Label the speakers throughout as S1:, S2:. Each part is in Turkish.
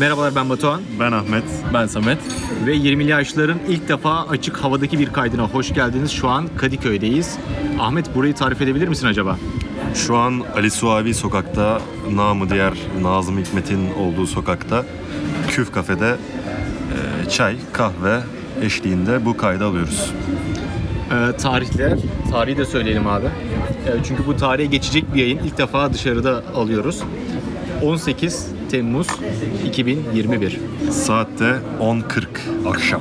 S1: Merhabalar ben Batuhan
S2: Ben Ahmet.
S3: Ben Samet.
S1: ve 20'li yaşların ilk defa açık havadaki bir kaydına hoş geldiniz. Şu an Kadıköy'deyiz. Ahmet burayı tarif edebilir misin acaba?
S2: Şu an Ali Suavi sokakta, namı diğer Nazım Hikmet'in olduğu sokakta, Küf Kafe'de e, çay, kahve eşliğinde bu kaydı alıyoruz.
S1: Ee, tarihler, tarihi de söyleyelim abi. Ee, çünkü bu tarihe geçecek bir yayın ilk defa dışarıda alıyoruz. 18 Temmuz 2021.
S2: Saatte 10.40 akşam.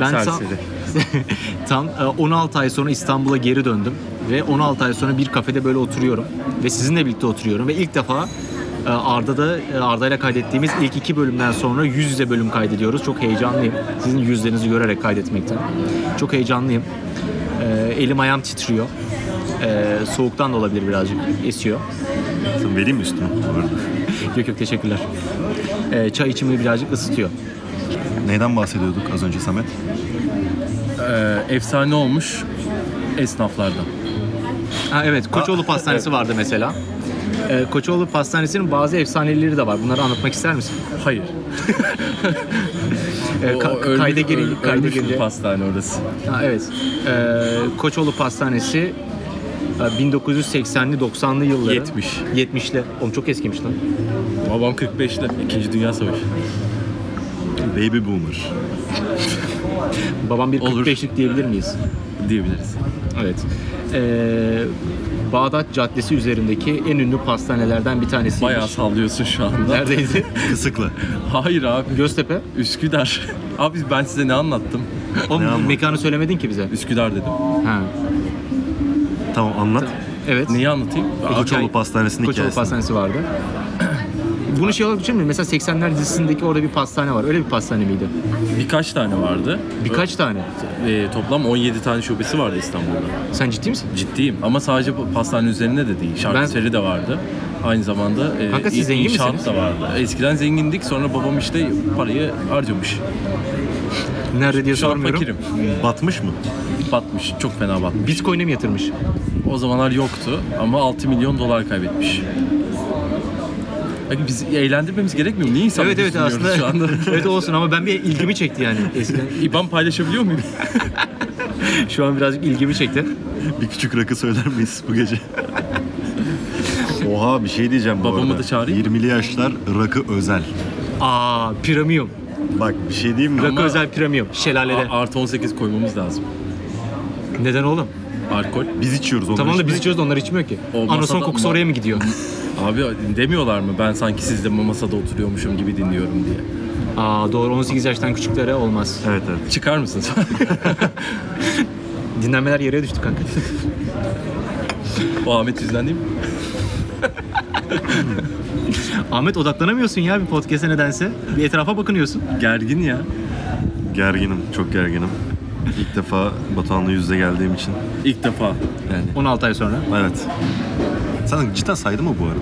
S1: Ben tam,
S3: Serseri.
S1: tam e, 16 ay sonra İstanbul'a geri döndüm ve 16 ay sonra bir kafede böyle oturuyorum ve sizinle birlikte oturuyorum ve ilk defa e, Arda'da e, Arda'yla kaydettiğimiz ilk iki bölümden sonra yüz yüze bölüm kaydediyoruz. Çok heyecanlıyım. Sizin yüzlerinizi görerek kaydetmekten. Çok heyecanlıyım. E, Elim ayağım titriyor. E, Soğuktan da olabilir birazcık. Esiyor.
S2: Sen vereyim mi üstüne? bu arada?
S1: Yok yok teşekkürler. E, Çay içimi birazcık ısıtıyor.
S2: Neyden bahsediyorduk az önce Samet?
S3: Ee, efsane olmuş esnaflardan.
S1: Ha evet, Koçoğlu Pastanesi vardı mesela. Ee, Koçoğlu Pastanesi'nin bazı efsaneleri de var. Bunları anlatmak ister misin?
S3: Hayır.
S1: Ee,
S3: O-
S1: ka-
S3: o ölmüş-
S1: kayda girin,
S3: öl-
S1: kayda
S3: ölmüş bir
S1: girince.
S3: pastane orası.
S1: Ha, evet. Ee, Koçoğlu Pastanesi e, 1980'li 90'lı yılların
S3: 70.
S1: 70'li. Oğlum çok eskimiş lan.
S3: Babam 45'te. İkinci Dünya Savaşı.
S2: Baby Boomer.
S1: Babam bir
S3: Olur.
S1: 45'lik diyebilir miyiz?
S3: Diyebiliriz.
S1: Evet. Ee, Bağdat Caddesi üzerindeki en ünlü pastanelerden bir tanesiymiş.
S3: Bayağı sallıyorsun şu anda.
S1: Neredeydi?
S2: Kısıklı.
S3: Hayır abi.
S1: Göztepe.
S3: Üsküdar. Abi ben size ne anlattım?
S2: Ne
S1: Oğlum
S2: anlattın?
S1: mekanı söylemedin ki bize.
S3: Üsküdar dedim.
S1: Ha.
S2: Tamam anlat.
S1: Evet.
S3: Neyi anlatayım?
S1: Peki,
S3: Abi,
S2: Koçoğlu Pastanesi'nin
S1: Koçoğlu
S2: hikayesini.
S1: Pastanesi vardı. Bunu şey olarak düşünmüyor musun? Mesela 80'ler dizisindeki orada bir pastane var. Öyle bir pastane miydi?
S3: birkaç tane vardı.
S1: Birkaç tane.
S3: Ee, toplam 17 tane şubesi vardı İstanbul'da.
S1: Sen ciddi misin?
S3: Ciddiyim ama sadece bu pastane üzerinde de değil. Şarküteri de vardı. Aynı zamanda e,
S1: Kanka siz
S3: in-
S1: zengin
S3: inşaat
S1: misiniz?
S3: da vardı. Eskiden zengindik sonra babam işte parayı harcamış.
S1: Nerede diye
S3: Şu an
S1: sormuyorum.
S3: fakirim.
S2: Batmış mı?
S3: Batmış. Çok fena batmış.
S1: Bitcoin'e mi yatırmış?
S3: O zamanlar yoktu ama 6 milyon dolar kaybetmiş. Biz eğlendirmemiz gerekmiyor mu? Niye insan
S1: evet evet aslında.
S3: şu anda?
S1: evet olsun ama ben bir ilgimi çekti yani eskiden.
S3: İban paylaşabiliyor muyum?
S1: Şu an birazcık ilgimi çekti.
S2: Bir küçük rakı söyler miyiz bu gece? Oha bir şey diyeceğim bu
S3: Babamı
S2: arada.
S3: da çağırayım mı?
S2: 20'li yaşlar rakı özel.
S1: Aa piramiyum.
S2: Bak bir şey diyeyim mi?
S1: Rakı
S3: Ama-
S1: özel piramiyum. Şelalede.
S3: A- Artı 18 koymamız lazım.
S1: Neden oğlum?
S3: Alkol.
S2: Biz içiyoruz onları.
S1: Tamam da
S2: içmek.
S1: biz içiyoruz da onlar içmiyor ki.
S3: O
S1: Anason
S3: masada-
S1: kokusu oraya mı gidiyor?
S3: Abi demiyorlar mı ben sanki sizde masada oturuyormuşum gibi dinliyorum diye.
S1: Aa doğru 18 yaştan küçüklere olmaz.
S2: Evet evet.
S3: Çıkar mısın
S1: Dinlenmeler yere düştü kanka.
S3: o Ahmet yüzünden değil mi?
S1: Ahmet odaklanamıyorsun ya bir podcast'e nedense. Bir etrafa bakınıyorsun.
S3: Gergin ya.
S2: Gerginim, çok gerginim. İlk defa Batuhan'la yüzde geldiğim için.
S3: İlk defa.
S2: Yani
S1: 16 ay sonra.
S2: evet. Sen cidden saydın mı bu arada?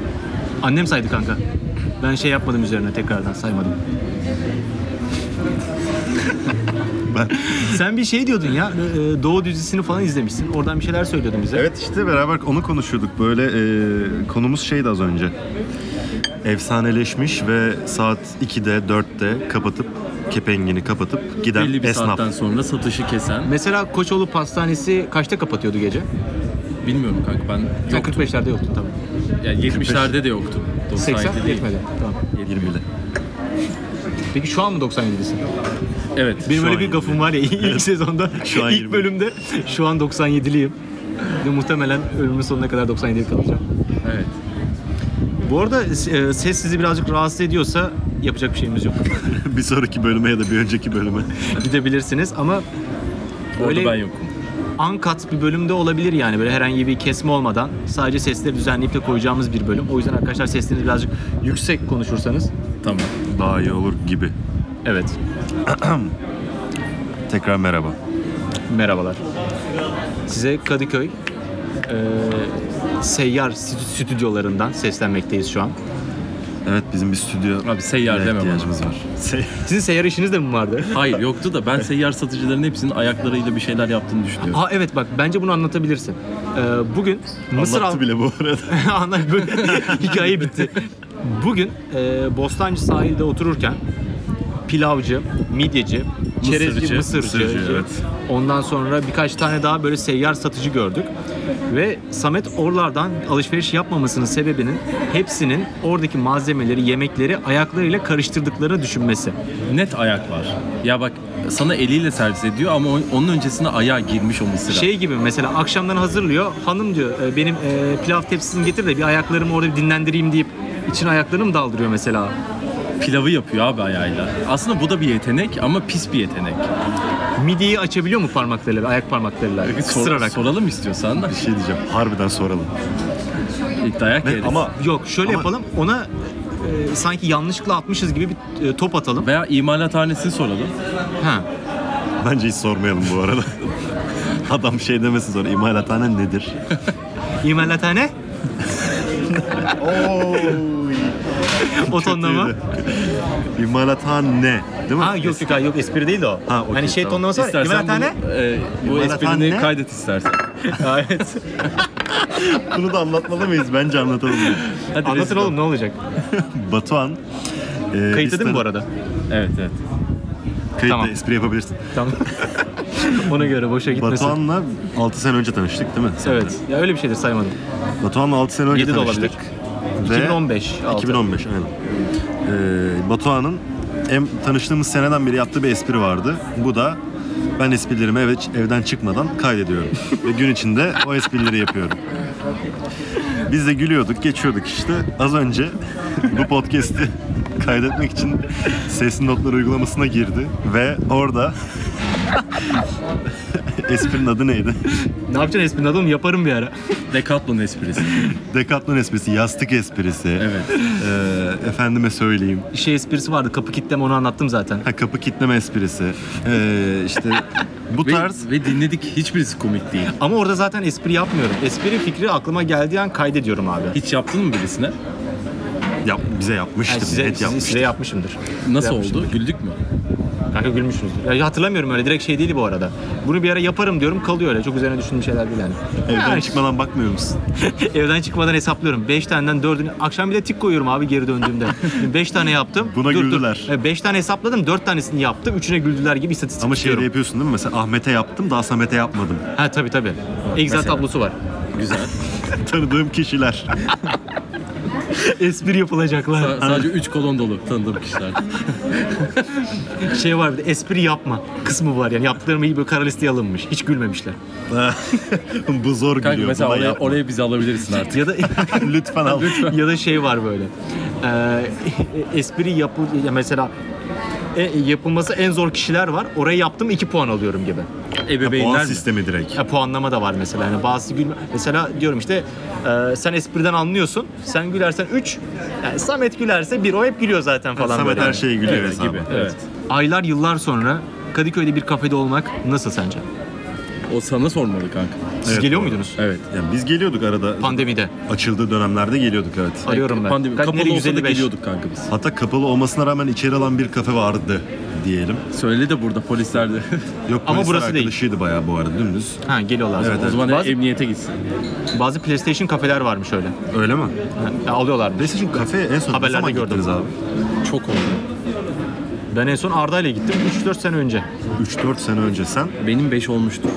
S1: Annem saydı kanka. Ben şey yapmadım üzerine tekrardan saymadım.
S2: Ben...
S1: Sen bir şey diyordun ya. e, Doğu dizisini falan izlemişsin. Oradan bir şeyler söylüyordun bize.
S2: Evet işte beraber onu konuşuyorduk. Böyle e, konumuz şeydi az önce. Efsaneleşmiş ve saat 2'de 4'te kapatıp kepengini kapatıp giden
S3: Belli bir
S2: esnaf.
S3: saatten sonra satışı kesen.
S1: Mesela Koçoğlu Pastanesi kaçta kapatıyordu gece?
S3: Bilmiyorum kanka ben
S1: Sen
S3: yoktum.
S1: 45'lerde yoktun tamam.
S3: Yani 70'lerde de yoktum.
S1: 80
S3: 97 değil.
S1: yetmedi. Tamam.
S2: 20'de.
S1: Peki şu an mı 97'sin?
S3: Evet.
S1: Benim
S2: Şu
S1: öyle
S2: an
S1: bir gafım var ya ilk sezonda,
S2: Şu an
S1: ilk
S2: 20.
S1: bölümde şu an 97'liyim. Ve muhtemelen ölümün sonuna kadar 97 kalacağım.
S3: Evet.
S1: Bu arada e, ses sizi birazcık rahatsız ediyorsa yapacak bir şeyimiz yok.
S2: bir sonraki bölüme ya da bir önceki bölüme.
S1: Gidebilirsiniz ama Öyle-
S3: Orada ben yokum.
S1: uncut bir bölümde olabilir yani böyle herhangi bir kesme olmadan sadece sesleri düzenleyip de koyacağımız bir bölüm. O yüzden arkadaşlar seslerinizi birazcık yüksek konuşursanız.
S3: Tamam.
S2: Daha iyi olur gibi.
S1: Evet.
S2: Tekrar merhaba.
S1: Merhabalar. Size Kadıköy e, Seyyar stü- stüdyolarından seslenmekteyiz şu an.
S2: Evet bizim bir stüdyo
S3: Abi seyyar deme
S2: ihtiyacımız
S3: bana.
S2: var. Se-
S1: Sizin seyyar işiniz de mi vardı?
S3: Hayır yoktu da ben seyyar satıcıların hepsinin ayaklarıyla bir şeyler yaptığını düşünüyorum.
S1: Aa evet bak bence bunu anlatabilirsin. E, bugün Mısır
S2: Anlattı
S1: Av-
S2: bile bu arada.
S1: Anlat böyle hikaye bitti. Bugün e, Bostancı sahilde otururken pilavcı, midyeci, çerezci,
S3: Mısırcı,
S1: mısırcı,
S2: mısırcı, evet.
S1: ondan sonra birkaç tane daha böyle seyyar satıcı gördük. Ve Samet oralardan alışveriş yapmamasının sebebinin hepsinin oradaki malzemeleri, yemekleri ayaklarıyla karıştırdıklarını düşünmesi.
S3: Net ayak var. Ya bak sana eliyle servis ediyor ama o- onun öncesine ayağa girmiş o mısıra.
S1: Şey gibi mesela akşamdan hazırlıyor. Hanım diyor "E, benim e, pilav tepsisini getir de bir ayaklarımı orada bir dinlendireyim deyip için ayaklarını daldırıyor mesela.
S3: Pilavı yapıyor abi ayağıyla. Aslında bu da bir yetenek ama pis bir yetenek.
S1: Midiyi açabiliyor mu parmaklarıyla, ayak parmaklarıyla?
S3: Sor-
S1: Kıstırarak.
S3: soralım istiyorsan da.
S2: Bir şey diyeceğim. Harbiden soralım.
S3: İlk dayak
S2: Ne-
S3: yeriz.
S2: ama
S1: Yok şöyle
S2: Ama-
S1: yapalım ona e, sanki yanlışlıkla atmışız gibi bir e, top atalım.
S3: Veya imalathanesini soralım.
S1: Ha.
S2: bence hiç sormayalım bu arada. Adam şey demesin sonra imalathane nedir?
S1: İmalathane. o tonlama.
S2: İmalathane değil mi?
S1: Ha yok yok ha, yok espri değil de o.
S2: Ha, okey,
S1: hani şey
S2: tamam.
S1: tonlaması var. ya,
S3: İstersen
S1: İmalathane.
S3: bunu, e, bu
S2: İmalathane-
S3: esprini kaydet istersen.
S1: evet.
S2: Bunu da anlatmalı mıyız? Bence anlatalım.
S3: Hadi
S1: Anlatın
S3: rezil ol.
S1: oğlum ne olacak?
S2: Batuhan. E,
S1: Kayıtlı değil mi
S2: İstan-
S1: bu arada?
S3: Evet evet.
S2: Kayıtlı
S1: Tamam.
S2: espri yapabilirsin.
S1: Tamam. Ona göre boşa gitmesin.
S2: Batuhan'la 6 sene önce tanıştık değil mi?
S1: Evet. Ya öyle bir şeydir saymadım.
S2: Batuhan'la 6 sene önce
S1: Yedi de
S2: tanıştık.
S1: olabilir. 2015, altı.
S2: 2015 aynen. Ee, Batuhan'ın hem tanıştığımız seneden beri yaptığı bir espri vardı. Bu da ben esprilerimi eve, evden çıkmadan kaydediyorum. Ve gün içinde o esprileri yapıyorum. Biz de gülüyorduk, geçiyorduk işte. Az önce bu podcast'i kaydetmek için ses notları uygulamasına girdi. Ve orada esprinin adı neydi?
S1: Ne yapacaksın esprinin adını yaparım bir ara.
S3: Decathlon esprisi.
S2: Decathlon esprisi, yastık esprisi.
S3: Evet.
S2: Ee, efendime söyleyeyim.
S1: şey esprisi vardı kapı kitleme onu anlattım zaten.
S2: Ha, kapı kitleme esprisi. Ee, işte bu
S3: Ve,
S2: tarz
S3: ve dinledik hiçbirisi komik değil.
S1: Ama orada zaten espri yapmıyorum. Espri fikri aklıma geldiği an kaydediyorum abi.
S3: Hiç yaptın mı birisine?
S2: yap, bize yapmıştım.
S1: Yani size,
S2: net
S1: size-
S2: yapmıştım.
S1: size yapmışımdır.
S3: Nasıl
S1: Yapmışım.
S3: oldu? Güldük mü?
S1: Kanka gülmüşsünüzdür. Ya hatırlamıyorum öyle direkt şey değil bu arada. Bunu bir ara yaparım diyorum kalıyor öyle. Çok üzerine düşündüğüm şeyler değil yani.
S2: Evden
S1: Ya,
S2: çıkmadan bakmıyor musun?
S1: Evden çıkmadan hesaplıyorum. 5 taneden 4'ünü akşam bile tik koyuyorum abi geri döndüğümde. 5 tane yaptım.
S2: Buna güldüler.
S1: 5 tane hesapladım 4 tanesini yaptım. 3'üne güldüler gibi istatistik
S2: Ama şey de
S1: tutuyorum.
S2: yapıyorsun değil mi? Mesela Ahmet'e yaptım daha Samet'e yapmadım.
S1: Ha tabii tabii. Excel
S3: Mesela.
S1: tablosu var.
S3: Güzel.
S2: Tanıdığım kişiler.
S1: Espri yapılacaklar.
S3: Sa- Sadece 3 kolon dolu tanıdığım kişiler.
S1: şey var bir de espri yapma kısmı var yani yaptıklarım iyi böyle kara listeye alınmış. Hiç gülmemişler.
S2: bu zor
S3: Kanka
S2: gülüyor.
S3: mesela
S2: buna
S3: oraya,
S2: yapma.
S3: oraya bizi alabilirsin artık.
S1: Ya da
S2: Lütfen al.
S1: ya da şey var böyle. Ee, espri yapı ya mesela e, yapılması en zor kişiler var. Oraya yaptım 2 puan alıyorum gibi.
S2: Puan
S3: Ebeveynler mi?
S2: sistemi direkt.
S1: Ya, puanlama da var mesela. Yani bazı gülme mesela diyorum işte e, sen espriden anlıyorsun. Sen gülersen 3. Samet gülerse 1. O hep gülüyor zaten falan
S2: Samet
S1: böyle.
S2: her şey- şeye gülüyor
S3: Evet,
S2: hesabı.
S3: gibi.
S1: Evet. Aylar yıllar sonra Kadıköy'de bir kafede olmak nasıl sence?
S3: O sana sormalı kanka.
S1: Siz
S2: Evet,
S1: geliyor
S2: doğru.
S1: muydunuz?
S3: Evet.
S2: Yani biz geliyorduk arada.
S1: Pandemide.
S2: Açıldığı dönemlerde geliyorduk evet.
S1: Arıyorum ben.
S3: Pandemi
S1: Kaç-
S3: kapalı
S1: nereye?
S3: olsa da
S1: 155.
S3: geliyorduk kanka biz.
S2: Hatta kapalı olmasına rağmen içeri alan bir kafe vardı diyelim.
S3: Söyle de burada polisler de.
S2: Yok
S1: Ama
S2: polisler
S1: burası değil.
S2: arkadaşıydı bayağı bu arada dümdüz.
S1: Ha geliyorlar.
S2: Evet,
S1: zaten.
S3: o zaman
S1: bazı,
S3: emniyete gitsin.
S1: bazı PlayStation kafeler varmış öyle.
S2: Öyle mi?
S1: Ha, alıyorlar.
S2: PlayStation kafe en son ne
S1: Haberlerde
S2: zaman
S1: gördüm.
S2: gittiniz abi?
S3: Çok oldu.
S1: Ben en son Arda ile gittim 3-4 sene önce.
S2: 3-4 sene önce sen
S3: Benim 5 olmuştu.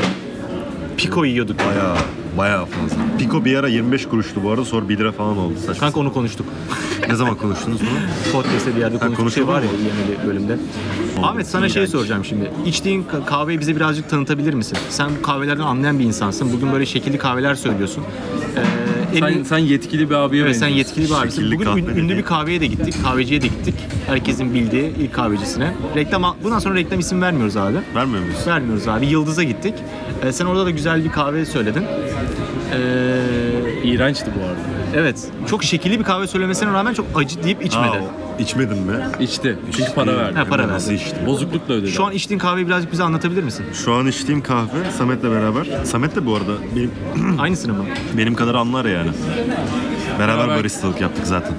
S1: Piko yiyorduk.
S2: bayağı bayağı fazla. Piko bir ara 25 kuruştu bu arada sonra 1 lira falan oldu saçma.
S1: Kanka onu konuştuk.
S2: ne zaman konuştunuz bunu?
S1: Podcast'te bir yerde konuştuk şey
S2: konuşuldu
S1: var ya
S2: mu?
S1: yemeli bölümde. Ahmet sana şey soracağım şimdi. İçtiğin ka- kahveyi bize birazcık tanıtabilir misin? Sen bu kahvelerden anlayan bir insansın. Bugün böyle şekilli kahveler söylüyorsun. Ee, en
S3: Sen, sen yetkili bir abiye
S1: Evet sen
S3: benziyorsun.
S1: yetkili bir abisin.
S2: Şekilli
S1: Bugün
S2: kahve
S1: ün- ünlü
S2: dediğin.
S1: bir kahveye de gittik. Kahveciye de gittik. Herkesin bildiği ilk kahvecisine. Reklam, bundan sonra reklam isim vermiyoruz abi.
S2: Vermiyor muyuz?
S1: Vermiyoruz abi. Yıldız'a gittik. Ee, sen orada da güzel bir kahve söyledin. Ee,
S3: İğrençti bu arada.
S1: evet. Çok şekilli bir kahve söylemesine rağmen çok acı deyip içmedi.
S2: Aa, içmedin mi?
S3: İçti. Çünkü para verdi.
S1: Ha, para
S2: Ben Nasıl
S1: verdi.
S2: içtim?
S3: Bozuklukla ödedi.
S1: Şu an içtiğin kahveyi birazcık bize anlatabilir misin?
S2: Şu an içtiğim kahve Samet'le beraber. Samet de bu arada benim,
S1: Aynısını mı?
S2: benim kadar anlar yani. Beraber
S3: Beraber-
S2: baristalık yaptık zaten.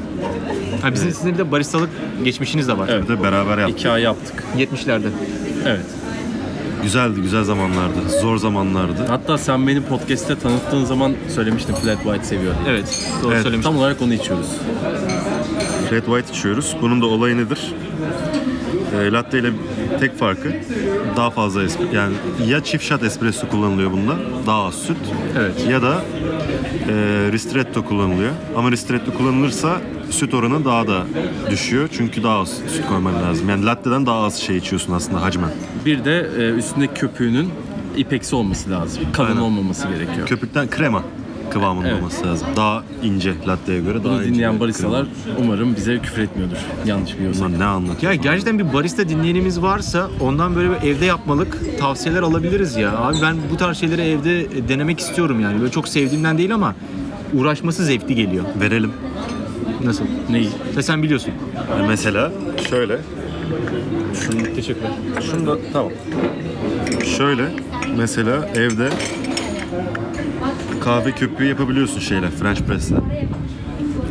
S1: Ha, bizim sizin bir de baristalık geçmişiniz de var.
S3: Evet.
S2: Bir de beraber yaptık.
S3: iki ay yaptık.
S1: 70'lerde.
S3: Evet.
S2: Güzeldi, güzel zamanlardı. Zor zamanlardı.
S3: Hatta sen beni podcast'te tanıttığın zaman söylemiştin Flat White seviyor diye.
S1: Evet. Doğru
S2: Evet.
S1: söylemiştim.
S3: Tam olarak onu içiyoruz.
S1: yani.
S2: Red White içiyoruz. Bunun da olayı nedir? E, latte ile tek farkı daha fazla espresso. Yani ya çift shot espresso kullanılıyor bunda. Daha az süt.
S1: Evet.
S2: Ya da e, ristretto kullanılıyor. Ama ristretto kullanılırsa süt oranı daha da düşüyor. Çünkü daha az süt koyman lazım. Yani latte'den daha az şey içiyorsun aslında hacmen.
S3: Bir de e, üstünde köpüğünün ipeksi olması lazım. Kalın
S2: Aynen.
S3: olmaması gerekiyor.
S2: Köpükten krema kıvamında
S3: Evet.
S2: olması lazım. Daha ince latte'ye göre daha
S3: Bunu
S2: ince bir
S3: dinleyen
S2: krema.
S3: baristalar umarım bize küfür etmiyordur. Yanlış biliyorsam.
S2: Ulan ne anlatıyor?
S1: Ya gerçekten bir barista dinleyenimiz varsa ondan böyle bir evde yapmalık tavsiyeler alabiliriz ya. Abi ben bu tarz şeyleri evde e, denemek istiyorum yani. Böyle çok sevdiğimden değil ama uğraşması zevkli geliyor.
S2: Verelim.
S1: Nasıl?
S3: Neyi?
S1: Ve sen biliyorsun.
S2: Yani mesela şöyle. Şunu,
S1: Teşekkürler.
S2: şunu da tamam. Şöyle mesela evde kahve köpüğü yapabiliyorsun şeyle French press'le.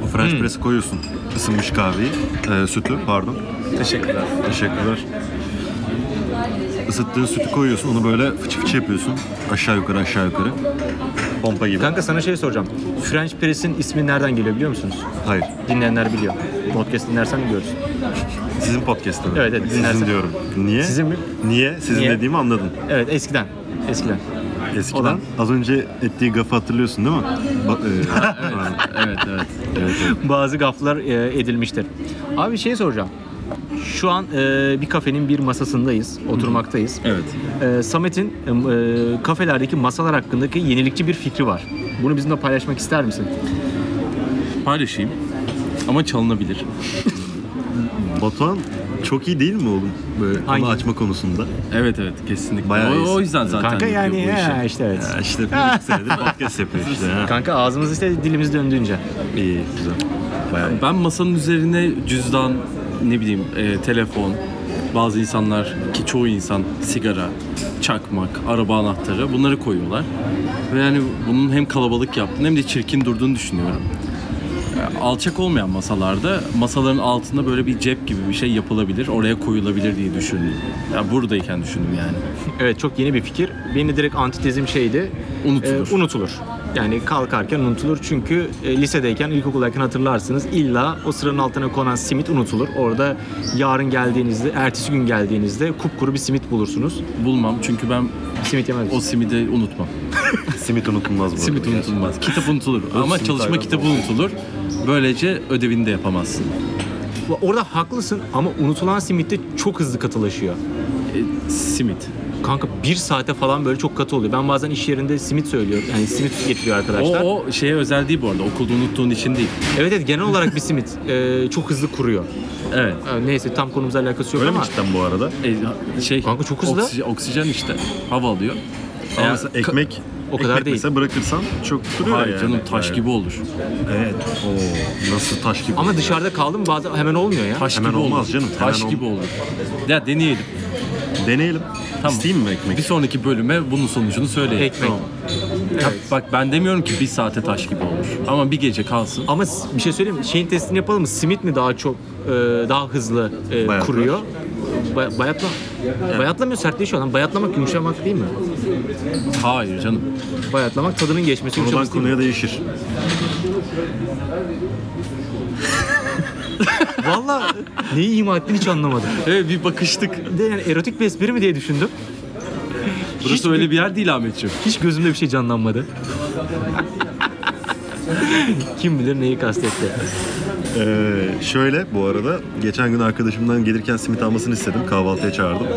S2: O French
S1: Hmm.
S2: press'e koyuyorsun ısınmış kahveyi, e, sütü pardon.
S3: Teşekkürler.
S2: Teşekkürler. Isıttığın sütü koyuyorsun, onu böyle fıçı fıçı yapıyorsun. Aşağı yukarı aşağı yukarı. Pompa gibi.
S1: Kanka sana şey soracağım. French Press'in ismi nereden geliyor biliyor musunuz?
S2: Hayır.
S1: Dinleyenler biliyor. Podcast dinlersen biliyorsun.
S2: Sizin podcast'ı mı?
S1: Evet, evet, dinlersin.
S2: Sizin diyorum. Niye?
S1: Sizin mi?
S2: Niye? Sizin
S1: Niye?
S2: dediğimi anladın.
S1: Evet eskiden. Eskiden.
S2: Eskiden
S1: Olan.
S2: az önce ettiği gafı hatırlıyorsun değil mi? Ba- e, pardon.
S3: Evet evet.
S2: evet, evet.
S1: Bazı gaflar e, edilmiştir. Abi şey soracağım. Şu an e, bir kafenin bir masasındayız. Oturmaktayız.
S3: Evet.
S1: E, Samet'in e, e, kafelerdeki masalar hakkındaki yenilikçi bir fikri var. Bunu bizimle paylaşmak ister misin?
S3: Paylaşayım. Ama çalınabilir.
S2: Batuhan çok iyi değil mi oğlum? Böyle onu
S1: Hangi?
S2: açma konusunda.
S3: Evet evet kesinlikle.
S2: Bayağı
S3: o,
S2: iyisin.
S3: o yüzden zaten
S1: Kanka
S3: yapıyor
S1: yani
S3: bu işi.
S1: ya, işte evet.
S2: Ya işte bir iki senedir podcast yapıyor işte. Ha.
S1: Kanka ağzımız işte dilimiz döndüğünce.
S2: İyi, güzel. Bayağı iyi.
S3: Ben masanın üzerine cüzdan, ne bileyim e, telefon, bazı insanlar ki çoğu insan sigara, çakmak, araba anahtarı bunları koyuyorlar. Ve yani bunun hem kalabalık yaptığını hem de çirkin durduğunu düşünüyorum. E, Alçak olmayan masalarda masaların altında böyle bir cep gibi bir şey yapılabilir, oraya koyulabilir diye düşündüm. Ya buradayken düşündüm yani.
S1: Evet çok yeni bir fikir. Benim direkt antitezim şeydi.
S3: Unutulur.
S1: e, unutulur. Yani kalkarken unutulur. Çünkü e, lisedeyken, ilkokuldayken hatırlarsınız illa o sıranın altına konan simit unutulur. Orada yarın geldiğinizde, ertesi gün geldiğinizde kupkuru bir simit bulursunuz.
S3: Bulmam çünkü ben
S1: Simit yemez.
S3: o simidi unutmam.
S2: Simit unutulmaz bu arada.
S3: Simit unutulmaz. Kitap unutulur ama
S2: simit
S3: çalışma
S2: hayran
S3: kitabı
S2: olsun.
S3: unutulur. Böylece ödevini de yapamazsın.
S1: Orada haklısın ama unutulan simit de çok hızlı katılaşıyor.
S3: E, simit.
S1: Kanka bir saate falan böyle çok katı oluyor. Ben bazen iş yerinde simit söylüyorum. Yani simit getiriyor
S3: O,
S1: arkadaşlar.
S3: o şeye özel değil bu arada. Okulda unuttuğun için değil.
S1: Evet evet genel olarak bir simit e, çok hızlı kuruyor.
S3: Evet.
S1: E, neyse tam konumuzla alakası yok
S2: Öyle mi
S1: ama.
S2: cidden bu arada?
S3: E, şey,
S1: Kanka çok hızlı.
S3: oksij- oksijen işte. Hava alıyor.
S2: Ama
S3: Eğer-
S2: mesela ekmek,
S1: o kadar
S2: ekmek
S1: değil.
S2: mesela bırakırsan çok duruyor
S3: Hayır
S2: yani.
S3: canım taş
S2: Evet.
S3: gibi olur.
S2: Evet. Oo, nasıl taş gibi?
S1: Ama dışarıda kaldım bazen hemen olmuyor ya.
S3: Taş
S2: Hemen
S3: gibi
S2: olmaz
S3: olur.
S2: canım,
S3: Taş
S2: hemen ol-
S3: gibi olur. Ya deneyelim.
S2: Deneyelim.
S3: Tamam.
S2: İsteyeyim mi ekmek?
S1: şey
S3: Bir sonraki bölüme bunun sonucunu söyleyelim.
S1: Ekmek.
S3: Tamam. Ya
S1: Evet.
S3: Bak ben demiyorum ki bir saate taş gibi olur. Ama bir gece kalsın.
S1: Ama s- bir şey söyleyeyim mi? Şeyin testini yapalım mı? Simit mi daha çok e, daha hızlı e,
S2: Bayatlar.
S1: kuruyor? Ba- bayatla. Bayatlamıyor sertleşiyor lan. Bayatlamak yumuşamak değil mi?
S3: Hayır canım.
S1: Bayatlamak tadının geçmesi
S2: Konudan
S1: yumuşaması değil mi?
S2: konuya değişir.
S1: Valla neyi ima ettiğini hiç anlamadım.
S3: Evet bir bakıştık.
S1: Bir De yani erotik bir espri mi diye düşündüm.
S3: Burası
S1: Hiç-
S3: öyle bir yer değil Ahmetciğim.
S1: Hiç gözümde bir şey canlanmadı. Kim bilir neyi kastetti.
S2: Ee, şöyle bu arada geçen gün arkadaşımdan gelirken simit almasını istedim. Kahvaltıya çağırdım.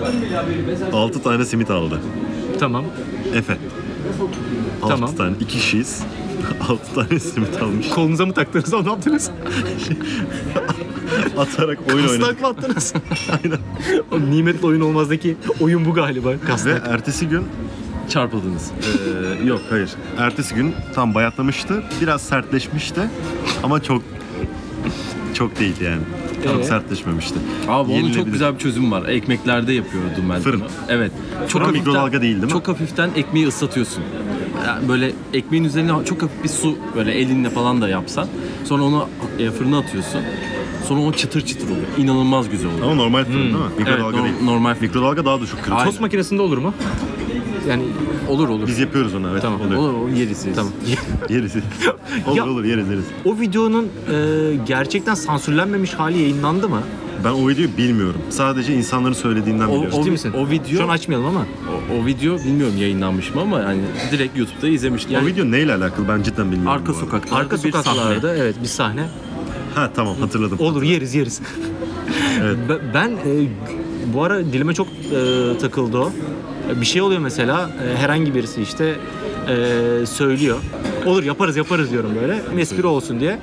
S2: 6 tane simit aldı.
S1: Tamam.
S2: Efe. 6
S1: Tamam.
S2: tane. 2 kişiyiz. 6 tane simit almış.
S1: Kolunuza mı taktınız? Ne yaptınız?
S2: Atarak oyun oynadık.
S1: Kasnak mı attınız? Aynen. Nimetli oyun olmazdaki oyun bu galiba.
S2: Ve
S1: Kasnak.
S2: ertesi gün
S3: Çarpıldınız.
S2: Ee, yok hayır. Ertesi gün tam bayatlamıştı. Biraz sertleşmişti. Ama çok çok değil yani. Tam
S1: Ee?
S2: sertleşmemişti.
S3: Abi onun çok
S2: Yenilebilir.
S3: güzel bir çözümü var. Ekmeklerde yapıyordum ben.
S2: Fırın.
S3: bunu. Evet. Çok
S2: Fırın mikrodalga değil, değil mi?
S3: Çok hafiften ekmeği ıslatıyorsun. Yani böyle ekmeğin üzerine çok hafif bir su böyle elinle falan da yapsan. Sonra onu e, fırına atıyorsun. Sonra o çıtır çıtır oluyor. İnanılmaz güzel oluyor.
S2: Ama normal fırın değil mi? Mikrodalga
S3: Hmm. Evet, no-
S2: değil.
S3: normal fırın.
S2: Mikrodalga daha düşük kırılıyor.
S3: Aynen.
S1: Tost makinesinde olur mu? yani
S3: Olur olur.
S2: Biz yapıyoruz onu evet.
S1: Tamam,
S2: oluyor.
S3: Olur olur yeriz yeriz.
S1: tamam.
S2: Yeriz. olur
S1: Ya-
S2: olur yeriz yeriz.
S1: o videonun e, gerçekten sansürlenmemiş hali yayınlandı mı?
S2: Ben o videoyu bilmiyorum. Sadece insanların söylediğinden
S3: O-
S2: biliyorum.
S1: Ciddi misin?
S3: o video-
S1: Şu an açmayalım ama.
S3: O, o video bilmiyorum yayınlanmış mı ama yani direkt YouTube'da izlemiştim.
S2: O
S3: Yani
S2: video neyle alakalı ben cidden bilmiyorum. bu
S3: arka
S2: arada.
S3: sokaklarda
S1: Arka
S3: bir sahne.
S1: sokaklarda evet bir sahne.
S2: Ha tamam hatırladım.
S1: Olur yeriz yeriz.
S2: Evet.
S1: Be- Ben e, bu ara dilime çok e, takıldı o. E, Bir şey oluyor mesela e, herhangi birisi işte e, söylüyor. Olur yaparız yaparız diyorum böyle. Espri olsun diye.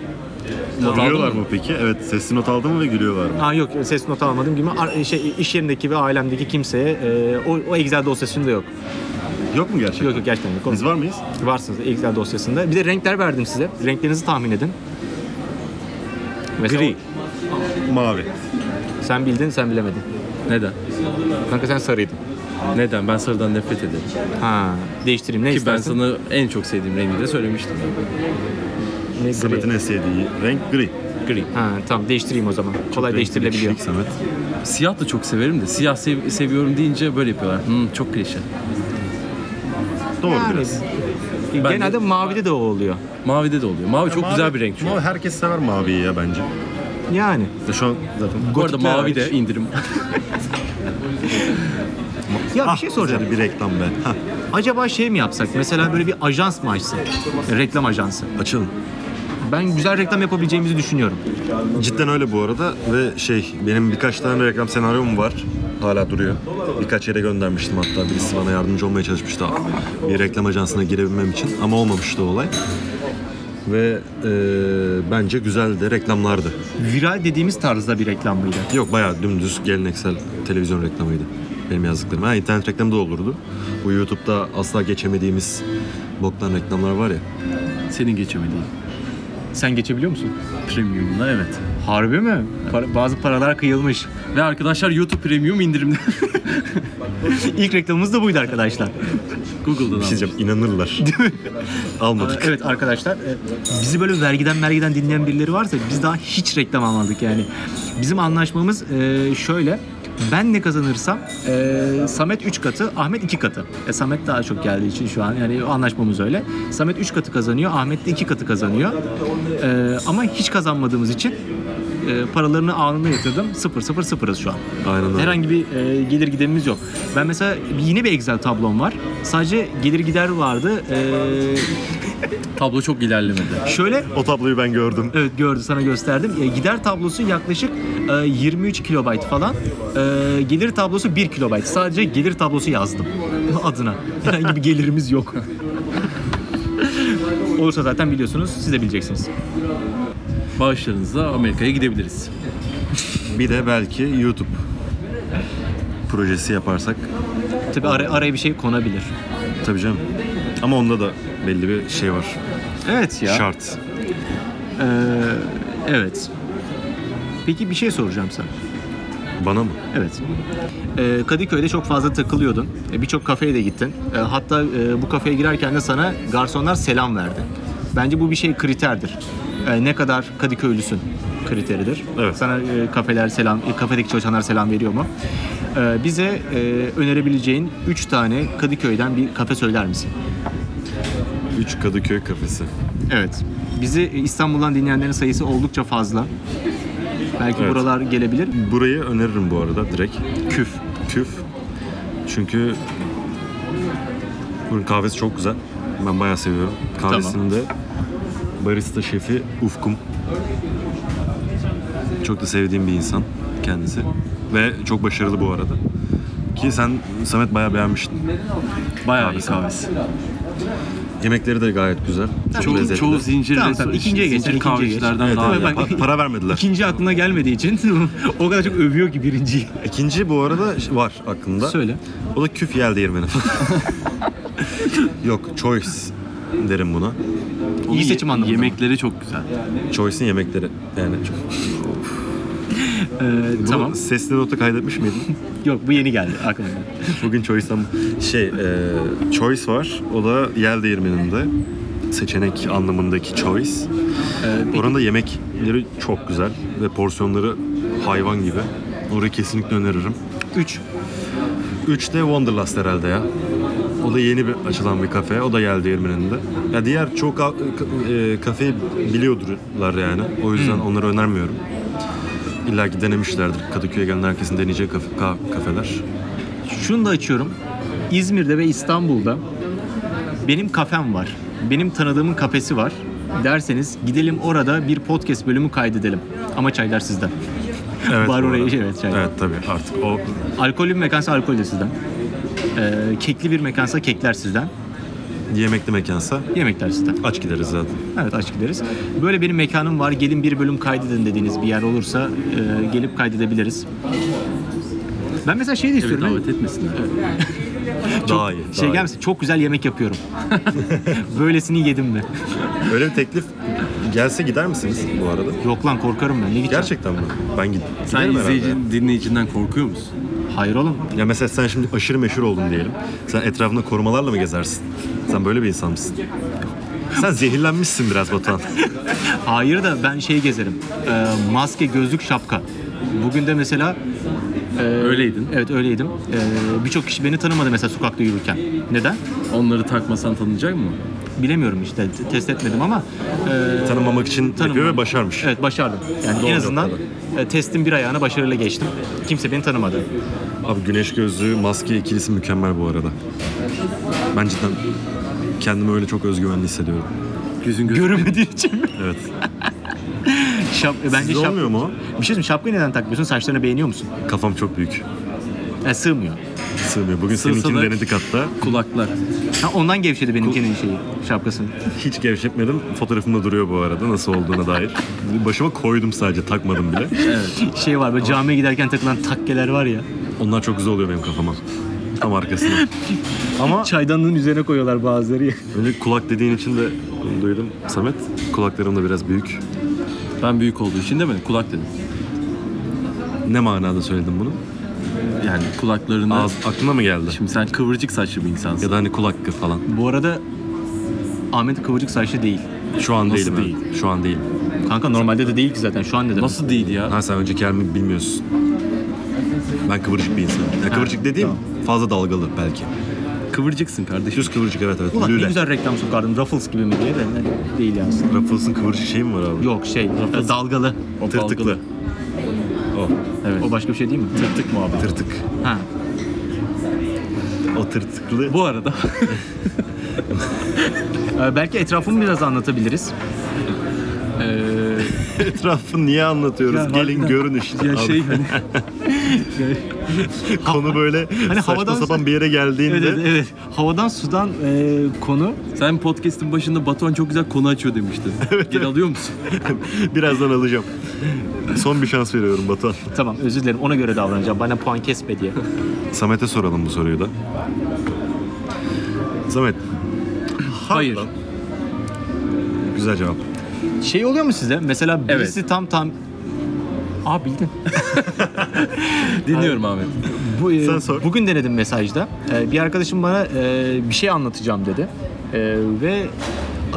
S1: Not aldın
S2: Gülüyorlar
S1: mı?
S2: mı peki? Evet sesli not aldın mı ve gülüyorlar mı?
S1: Aa, yok ses notu almadım gibi Ar- şey, iş yerindeki ve ailemdeki kimseye e, o, o Excel dosyasında yok.
S2: Yok mu gerçekten?
S1: Yok yok gerçekten yok.
S2: Biz var mıyız?
S1: Varsınız Excel dosyasında. Bir de renkler verdim size. Renklerinizi tahmin edin. Mesela
S3: Gri.
S2: Mavi.
S1: Sen bildin sen bilemedin.
S3: Neden?
S1: Kanka sen sarıydın.
S3: Neden? Ben sarıdan nefret ederim.
S1: Ha değiştireyim ne
S3: Ki ben
S1: istersin?
S3: sana en çok sevdiğim rengi de söylemiştim.
S1: Ne gri?
S2: Samet'in en sevdiği renk gri.
S3: Gri.
S1: Ha tamam değiştireyim o zaman. Kolay
S2: Renkli
S1: değiştirilebiliyor.
S2: bir şey. kişilik Samet.
S3: Siyah da çok severim de siyah sev- seviyorum deyince böyle yapıyorlar. Hmm, çok klişe.
S2: Doğru
S1: Yani,
S2: biraz.
S1: e,
S3: Ben de-
S1: Genelde mavide de o oluyor.
S3: Mavide de oluyor. Mavi çok
S2: Mavi-
S3: güzel bir renk çünkü.
S2: Mavi herkes sever maviyi ya bence.
S1: Yani
S2: Ya Şu an zaten
S3: Bu arada
S1: Gotikler
S3: mavi de
S1: hariç.
S3: indirim.
S1: ya bir
S2: Ah,
S1: şey soracağım.
S2: güzel Bir reklam be. Hah,
S1: Acaba şey mi yapsak? Mesela böyle bir ajans mı açsak? Reklam ajansı.
S2: açalım.
S1: Ben güzel reklam yapabileceğimizi düşünüyorum.
S2: Cidden öyle bu arada ve şey benim birkaç tane reklam senaryom var. Hala duruyor. Birkaç yere göndermiştim hatta birisi bana yardımcı olmaya çalışmıştı bir reklam ajansına girebilmem için ama olmamıştı o olay. Ve e, bence güzel de reklamlardı.
S1: Viral dediğimiz tarzda bir reklam mıydı?
S2: Yok bayağı dümdüz geleneksel televizyon reklamıydı benim yazdıklarım. Ha internet reklamı da olurdu. Bu YouTube'da asla geçemediğimiz boktan reklamlar var ya.
S3: Senin geçemediğin.
S1: Sen geçebiliyor musun?
S3: Premium'da evet.
S1: Harbi mi? Para- bazı paralar kıyılmış.
S3: Ve arkadaşlar YouTube Premium indirimde.
S1: İlk reklamımız da buydu arkadaşlar.
S3: Google'dan
S2: Bir şey
S3: aldım.
S2: diyeceğim inanırlar. Almadık.
S1: evet arkadaşlar e, bizi böyle vergiden vergiden dinleyen birileri varsa biz daha hiç reklam almadık yani. Bizim anlaşmamız e, şöyle. Ben ne kazanırsam e, Samet 3 katı, Ahmet 2 katı. E, Samet daha çok geldiği için şu an yani anlaşmamız öyle. Samet 3 katı kazanıyor, Ahmet de 2 katı kazanıyor. E, ama hiç kazanmadığımız için e, paralarını anında yatırdım. 0 0 sıfırız şu an.
S2: Aynen öyle.
S1: Herhangi bir e, gelir giderimiz yok. Ben mesela yine bir Excel tablom var. Sadece gelir gider vardı. E,
S3: Tablo çok ilerlemedi.
S1: Şöyle
S2: O tabloyu ben gördüm.
S1: evet gördü sana gösterdim. E, Gider tablosu yaklaşık e, 23 kilobayt falan. E, Gelir tablosu 1 kilobayt. Sadece gelir tablosu yazdım adına. Herhangi bir gelirimiz yok. Olursa zaten biliyorsunuz siz de bileceksiniz.
S3: Bağışlarınızla Amerika'ya gidebiliriz.
S2: Bir de belki YouTube projesi yaparsak
S1: Tabii ara- araya bir şey konabilir.
S2: tabii canım. Ama onda da belli bir şey var.
S1: Evet
S2: Şart.
S1: evet. Peki bir şey soracağım sana.
S2: Bana mı?
S1: Evet. Ee, Kadıköy'de çok fazla takılıyordun. Ee, Birçok kafeye de gittin. Ee, hatta e, bu kafeye girerken de sana garsonlar selam verdi. Bence bu bir şey kriterdir. Ee, ne kadar Kadıköylüsün kriteridir.
S2: Evet.
S1: Sana e, kafeler selam, e, kafedeki çalışanlar selam veriyor mu? Ee, bize e, önerebileceğin 3 tane Kadıköy'den bir kafe söyler misin?
S2: 3 Kadıköy kafesi.
S1: Evet. Bizi e, İstanbul'dan dinleyenlerin sayısı oldukça fazla. Belki
S2: Evet.
S1: buralar gelebilir.
S2: Burayı öneririm bu arada direkt. Küf. Küf. Çünkü bunun kahvesi çok güzel. Ben bayağı seviyorum. Kahvesini de barista şefi Ufkum. Çok da sevdiğim bir insan kendisi. Ve çok başarılı bu arada. Ki sen Samet bayağı beğenmiştin.
S3: Bayağı
S2: Kahvesi.
S3: iyi kahvesi.
S2: Yemekleri de gayet güzel. Çok,
S3: Çoğu,
S2: lezzetli.
S3: çoğu zincir,
S1: Tamam,
S3: resto-
S1: tamam. İkinciye
S3: zincir
S1: geçelim, ikinciye
S3: kahvecilerden
S1: geçelim.
S3: daha
S1: Evet,
S3: iyi.
S1: bak-
S2: Pa- para vermediler.
S1: İkinci aklına gelmediği için o kadar çok övüyor ki birinciyi.
S2: İkinci bu arada ş- var aklımda.
S1: Söyle.
S2: O da küf yel değirmeni. Yok, choice derim buna.
S3: Onun
S1: İyi seçim
S3: ye-
S1: anlamında.
S3: Yemekleri çok güzel.
S2: Choice'in yemekleri. Yani çok...
S1: Ee,
S2: Bunu
S1: tamam.
S2: sesli nota kaydetmiş miydin?
S1: Yok bu yeni geldi aklıma.
S2: Bugün Choice'dan... Şey, e, Choice var. O da yel değirmeninde. Seçenek anlamındaki Choice.
S1: Ee,
S2: Oranın da yemekleri çok güzel. Ve porsiyonları hayvan gibi. Orayı kesinlikle öneririm.
S1: 3.
S2: 3 de Wanderlust herhalde ya. O da yeni bir açılan bir kafe. O da geldi Ermeni'nde. Ya diğer çok ka- e, kafeyi biliyordurlar yani. O yüzden
S1: Hmm.
S2: onları önermiyorum. İlla ki denemişlerdir. Kadıköy'e gelen herkesin deneyeceği kafe- ka- kafeler.
S1: Şunu da açıyorum. İzmir'de ve İstanbul'da benim kafem var. Benim tanıdığımın kafesi var. Derseniz gidelim orada bir podcast bölümü kaydedelim. Ama çaylar sizden.
S2: Evet,
S1: Var
S2: bu
S1: oraya,
S2: arada.
S1: evet, yani.
S2: Evet tabii artık o
S1: Alkollü bir mekansa alkol de sizden. Ee, kekli bir mekansa kekler sizden.
S2: yemekli mekansa
S1: Yemekler sizden.
S2: aç gideriz zaten.
S1: Evet aç gideriz. Böyle benim mekanım var gelin bir bölüm kaydedin dediğiniz bir yer olursa e, gelip kaydedebiliriz. Ben mesela şey de
S3: Evet
S1: istiyorum.
S3: davet etmesinler.
S2: daha iyi.
S1: şey
S2: daha iyi.
S1: gelmesin çok güzel yemek yapıyorum. Böylesini yedim mi?
S2: Öyle bir teklif gelse gider misiniz bu arada?
S1: Yok lan korkarım ben. Ne gideceğim?
S2: Gerçekten mi? Ben gid- giderim
S3: Sen
S2: herhalde.
S3: izleyici, dinleyicinden korkuyor musun?
S1: Hayır oğlum.
S2: Ya mesela sen şimdi aşırı meşhur oldun diyelim. Sen etrafında korumalarla mı gezersin? Sen böyle bir insan mısın? Sen zehirlenmişsin biraz Batuhan.
S1: Hayır da ben şey gezerim. Ee, maske, gözlük, şapka. Bugün de mesela
S3: Öyleydin.
S1: evet öyleydim. Ee, Birçok kişi beni tanımadı mesela sokakta yürürken. Neden?
S3: Onları takmasan tanıyacak mı?
S1: Bilemiyorum işte t- test etmedim ama e,
S2: Tanımamak için yapıyor
S1: tanımam.
S2: ve başarmış.
S1: Evet başardım. Yani en
S2: Doğru
S1: azından e, testin bir ayağını başarıyla geçtim. Kimse beni tanımadı.
S2: Abi güneş gözlüğü, maske ikilisi mükemmel bu arada. Ben cidden kendimi öyle çok özgüvenli hissediyorum.
S3: Gözün gözü.
S1: Görünmediği için mi?
S2: Evet.
S1: Şap, e, bence
S2: Sizde
S1: şap...
S2: olmuyor mu o?
S1: Bir şey söyleyeyim şapkayı neden takmıyorsun? Saçlarını beğeniyor musun?
S2: Kafam çok büyük.
S1: E, sığmıyor.
S2: Sığmıyor. Bugün
S3: Sığsa
S2: seninkini
S3: da-
S2: denedik hatta.
S3: Kulaklar.
S1: Ha, ondan gevşedi benimkinin şeyi, şapkasını.
S2: Hiç gevşetmedim. Fotoğrafımda duruyor bu arada nasıl olduğuna dair. Başıma koydum sadece takmadım bile.
S1: Şey var böyle camiye giderken takılan takkeler var ya.
S2: Onlar çok güzel oluyor benim kafama. Tam arkasına. Ama
S1: Çaydanlığın üzerine koyuyorlar bazıları.
S2: Önce kulak dediğin için de bunu duydum. Samet, kulaklarım da biraz büyük.
S3: Ben büyük olduğu için demedim. Kulak dedim.
S2: Ne manada söyledim bunu?
S3: Yani kulaklarını...
S2: Ağız aklına mı geldi?
S3: Şimdi sen kıvırcık saçlı bir insansın.
S2: Ya da hani kulak hakkı falan.
S1: Bu arada Ahmet kıvırcık saçlı değil.
S2: Şu an
S3: Nasıl
S2: değilim. ben.
S3: değil?
S2: Şu an değil.
S1: Kanka normalde de değil ki zaten şu an dedim.
S3: Nasıl değil ya?
S2: Ha sen önceki halimi bilmiyorsun. Ben kıvırcık bir insanım. Ya kıvırcık dediğim fazla dalgalı belki.
S3: Kıvırcıksın kardeşim.
S2: Düz kıvırcık evet evet.
S1: Ulan ne
S2: Lüle.
S1: güzel reklam sokardım. Ruffles gibi mi diye de ne- değil ya aslında.
S2: Ruffles'ın kıvırcık şeyi mi var abi?
S1: Yok şey e, dalgalı.
S3: O
S2: Tırtıklı.
S3: dalgalı.
S2: O.
S3: Evet.
S1: O başka bir şey değil mi?
S3: Tırtık muhabbeti.
S2: Tırtık.
S1: Ha.
S2: O tırtıklı.
S3: Bu arada
S1: E, belki etrafımı biraz anlatabiliriz.
S2: etrafı niye anlatıyoruz?
S1: Ya
S2: Gelin
S1: harbiden.
S2: görün işte.
S3: ya
S2: Abi,
S3: şey hani
S2: konu böyle saçma
S1: hani havadan-
S2: sapan bir yere geldiğinde
S1: Evet evet. Havadan sudan e, konu.
S3: sen podcast'in başında Batuhan çok güzel konu açıyor demiştin. Geri alıyor musun?
S2: Birazdan alacağım. Son bir şans veriyorum Batuhan.
S1: Tamam özür dilerim ona göre davranacağım. Bana puan kesme diye.
S2: Samet'e soralım bu soruyu da. Samet.
S3: Hayır.
S2: lan. Güzel cevap.
S1: Şey oluyor mu size? Mesela birisi tam tam... Aa bildin.
S3: Dinliyorum Ahmet.
S1: Bu, e,
S2: Sen sor.
S1: Bugün denedim mesajda. E, bir arkadaşım bana e, bir şey anlatacağım dedi. E, ve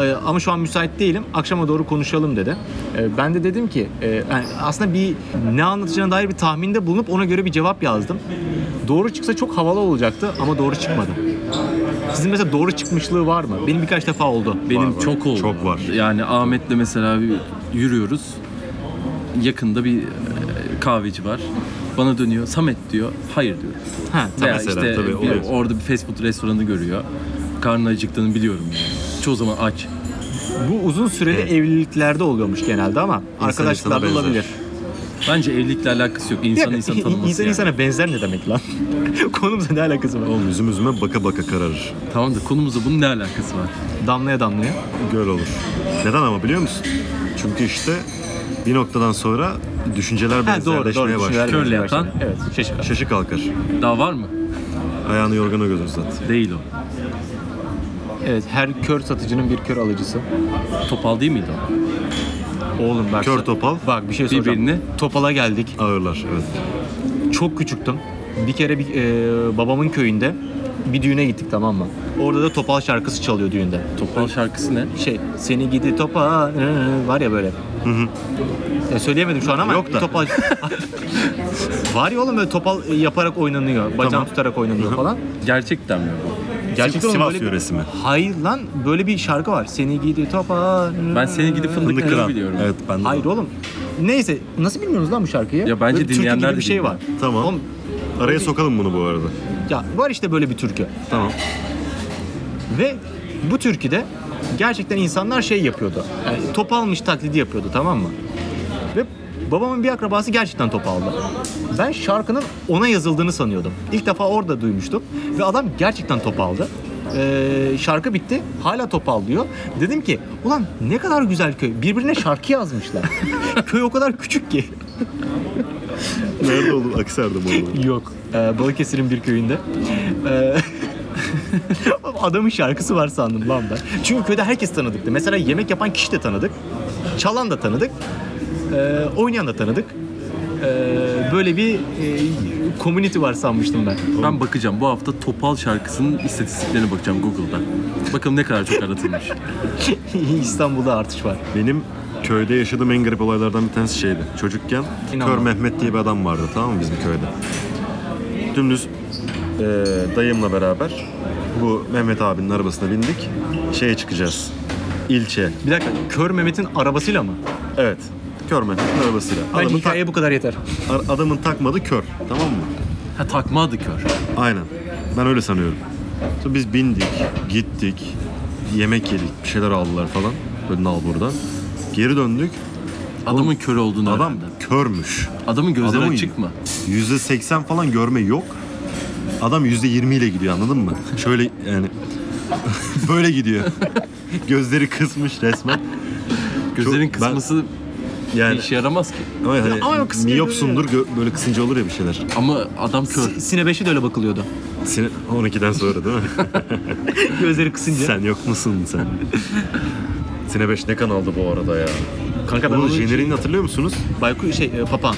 S1: e, ama şu an müsait değilim. Akşama doğru konuşalım dedi. E, ben de dedim ki e, yani aslında bir ne anlatacağına dair bir tahminde bulunup ona göre bir cevap yazdım. Doğru çıksa çok havalı olacaktı ama doğru çıkmadı. Sizin mesela doğru çıkmışlığı var mı? Benim birkaç defa oldu.
S3: Benim
S2: Var, var.
S3: çok oldu.
S2: Çok var.
S3: Yani Ahmet'le mesela bir yürüyoruz. Yakında bir e, kahveci var. Bana dönüyor. Samet diyor. Hayır diyor.
S1: Ha,
S3: Veya
S2: mesela,
S3: işte
S2: tabii,
S3: bir-
S2: oluyor.
S3: orada bir fast food restoranı görüyor. Karnı acıktığını biliyorum. yani. Çoğu zaman aç.
S1: Bu uzun süreli
S2: Evet.
S1: evliliklerde oluyormuş genelde ama arkadaşlıklarda
S2: benzer.
S1: olabilir.
S3: Bence evlilikle alakası yok. İnsan insan tanıması
S1: İnsan
S3: yani.
S1: insana benzer ne demek lan? Konumuzla ne alakası var?
S2: Oğlum yüzüm yüzüme baka baka kararır.
S3: Tamam da konumuzla bunun ne alakası var?
S1: Damlaya damlaya.
S2: Göl olur. Neden ama biliyor musun? Çünkü işte bir noktadan sonra düşünceler
S1: Ha, doğru doğru.
S2: benzerleşmeye başlıyor.
S1: Düşünceler
S3: Körle
S1: benzer
S3: yatan.
S1: başladı. Evet şaşırkan.
S2: Şaşı kalkar.
S3: Daha var mı?
S2: Ayağını yorgana göz uzat.
S3: Değil o.
S1: Evet her kör satıcının bir kör alıcısı.
S3: Topal değil miydi o?
S1: Oğlum bak.
S2: Kör topal
S1: Bak bir şey soracağım.
S3: Birbirini-
S1: Topala geldik.
S2: ağırlar. Evet.
S1: Çok küçüktüm. Bir kere bir, e, babamın köyünde bir düğüne gittik tamam mı? Orada da topal şarkısı çalıyor düğünde.
S3: Topal şarkısı ne?
S1: Şey seni gidi topal ıı, var ya böyle. Ya söyleyemedim şu an ama
S2: Yok da.
S1: topal var ya oğlum böyle topal yaparak oynanıyor. Bacağını tutarak oynanıyor falan.
S3: Gerçekten mi bu?
S1: Gerçekten
S2: Sivas
S1: böyle bir-
S2: yöresi mi?
S1: Hayır lan böyle bir şarkı var. Seni gidi topa.
S3: Ben seni gidip fındık
S2: Fındık
S3: Evet,
S2: kıran.
S3: biliyorum.
S2: Evet ben de.
S1: Hayır oğlum. Neyse nasıl bilmiyorsunuz lan bu şarkıyı?
S3: Ya bence
S1: Böyle bir türkü
S3: dinleyenler
S1: gibi
S3: de
S1: bir şey
S3: bilmiyor.
S1: var.
S2: Tamam.
S1: Oğlum,
S2: Araya sokalım bunu bu arada.
S1: ya var işte böyle bir türkü.
S2: Tamam.
S1: Ve bu türküde gerçekten insanlar şey yapıyordu. Yani top almış taklidi yapıyordu tamam mı? Ve babamın bir akrabası gerçekten top aldı. Ben şarkının ona yazıldığını sanıyordum. İlk defa orada duymuştum. Ve adam gerçekten top aldı. Ee, şarkı bitti. Hala top al diyor. Dedim ki ulan ne kadar güzel köy. Birbirine şarkı yazmışlar. köy o kadar küçük ki.
S2: Nerede oldu? Aksar'da mı oldu?
S1: Yok. Ee, Balıkesir'in bir köyünde. Ee, adamın şarkısı var sandım lan ben. Çünkü köyde herkes tanıdıktı. Mesela yemek yapan kişi de tanıdık. Çalan da tanıdık. Ee, oynayan da tanıdık. Ee, böyle bir e, community var sanmıştım ben.
S3: Ben bakacağım. Bu hafta Topal şarkısının istatistiklerine bakacağım Google'da. Bakalım ne kadar çok aratılmış.
S1: İstanbul'da artış var.
S2: Benim köyde yaşadığım en garip olaylardan bir tanesi şeydi. Çocukken
S1: İnanmam.
S2: Kör Mehmet diye bir adam vardı tamam mı bizim köyde. Dümdüz eee, dayımla beraber bu Mehmet abinin arabasına bindik. Şeye çıkacağız. İlçe.
S1: Bir dakika. Kör Mehmet'in arabasıyla mı?
S2: Evet. Kör Mehmet'in arabasıyla.
S1: Bence
S2: Adamın,
S1: hikaye bu kadar yeter.
S2: tak- ar- adamın takmadı kör. Tamam mı?
S3: Ha takma adı kör.
S2: Aynen. Ben öyle sanıyorum. Sonra biz bindik, gittik, yemek yedik, bir şeyler aldılar falan. Böyle nal buradan. Geri döndük.
S3: Adamın kör olduğunu
S2: Adam
S3: öğrendim.
S2: körmüş.
S3: Adamın gözleri
S2: Adamın
S3: açık mı?
S2: %80 falan görme yok. Adam %20 ile gidiyor anladın mı? Şöyle yani böyle gidiyor. Gözleri kısmış resmen.
S3: Gözlerin
S2: ben-
S3: kısması bir
S2: Yani
S3: işe yaramaz ki.
S2: ama hani
S1: Ama o kısmı
S2: miyopsundur gö- böyle kısınca olur ya bir şeyler.
S3: Ama adam kör.
S1: Si- Sine 5'e de öyle bakılıyordu.
S2: Seni 12'den sonra değil mi?
S1: Gözleri kısınca.
S2: sen yok musun sen? Sine 5 ne kanaldı bu arada ya?
S1: Kanka ben
S2: Bunun
S1: onu
S2: jeneriğini hatırlıyor musunuz?
S1: Bayku şey e, papağan.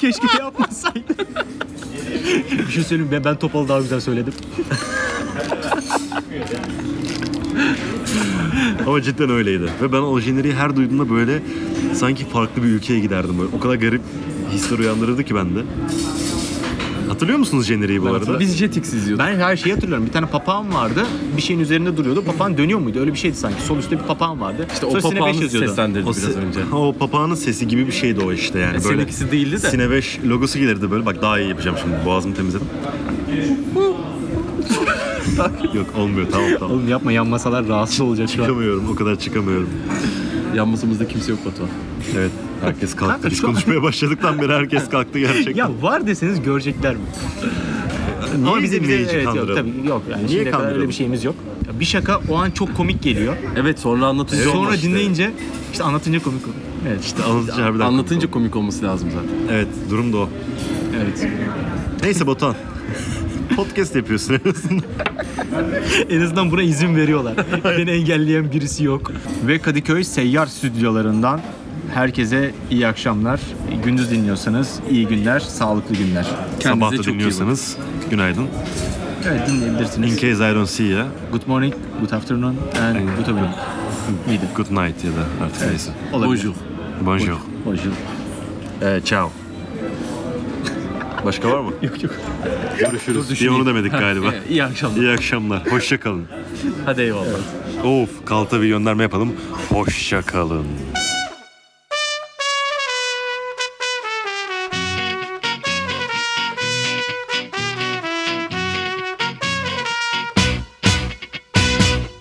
S1: Keşke yapmasaydı. bir şey söyleyeyim ben, ben Topal'ı daha güzel söyledim.
S2: Ama cidden öyleydi. Ve ben o jeneriği her duyduğumda böyle sanki farklı bir ülkeye giderdim. Böyle. O kadar garip hisler uyandırırdı ki bende. Hatırlıyor musunuz jeneriği bu arada?
S3: Biz Jetix izliyorduk.
S1: Ben her şeyi hatırlıyorum. Bir tane papağan vardı. Bir şeyin üzerinde duruyordu. Papağan dönüyor muydu? Öyle bir şeydi sanki. Sol üstte bir papağan vardı.
S3: İşte o
S1: Sine 5
S3: papağanı
S1: yazıyordu.
S3: seslendirdi
S2: O,
S3: biraz
S2: se-
S3: önce.
S2: o papağanın sesi gibi bir şeydi o işte yani.
S3: E,
S2: böyle
S3: seninkisi değildi de.
S2: Sine 5 logosu gelirdi böyle. Bak daha iyi yapacağım şimdi. Boğazımı temizledim. Yok olmuyor tamam tamam.
S1: Oğlum yapma yan masalar rahatsız olacak şu an.
S2: Çıkamıyorum o kadar çıkamıyorum.
S3: Yan masamızda kimse yok Batuhan.
S2: Evet herkes kalktı.
S1: Kanka,
S2: Biz
S1: şu an-
S2: konuşmaya başladıktan beri herkes kalktı gerçekten.
S1: Ya var deseniz görecekler mi?
S2: Niye
S1: Ama bize bize
S2: dinleyici
S1: evet yok
S2: kandıralım?
S1: tabii yok yani
S2: Niye
S1: şimdiye kadar öyle
S2: kandıralım?
S1: bir şeyimiz yok. Ya Bir şaka o an çok komik geliyor.
S3: Evet sonra anlatınca
S1: Sonra
S3: olmaz işte.
S1: dinleyince işte anlatınca komik oluyor. Evet işte
S2: Anlatınca harbiden
S3: Anlatınca
S2: komik
S3: komik olması lazım zaten.
S2: oldu. Evet durum da o.
S1: evet.
S2: Neyse Batuhan. Podcast yapıyorsun en azından.
S1: En azından buna izin veriyorlar. Beni engelleyen birisi yok. Ve Kadıköy Seyyar Stüdyolarından herkese iyi akşamlar. Gündüz dinliyorsanız iyi günler, sağlıklı günler.
S3: Kendinize
S2: Sabah da
S3: çok iyi
S2: dinliyorsanız günaydın.
S1: Evet
S2: In
S1: dinleyebilirsiniz.
S2: case I don't see ya,
S1: Good morning, good afternoon and good evening. Miydi?
S2: good night ya da artık neyse.
S1: Olabilir.
S3: Bonjour.
S2: Bonjour.
S1: Bonjour.
S2: Ee, ciao. Başka var mı?
S1: Yok yok.
S2: Görüşürüz. Bir onu demedik galiba.
S3: Evet, İyi akşamlar.
S2: İyi akşamlar. Hoşça kalın.
S3: Hadi eyvallah.
S2: Of, kalta bir gönderme yapalım. Hoşça kalın.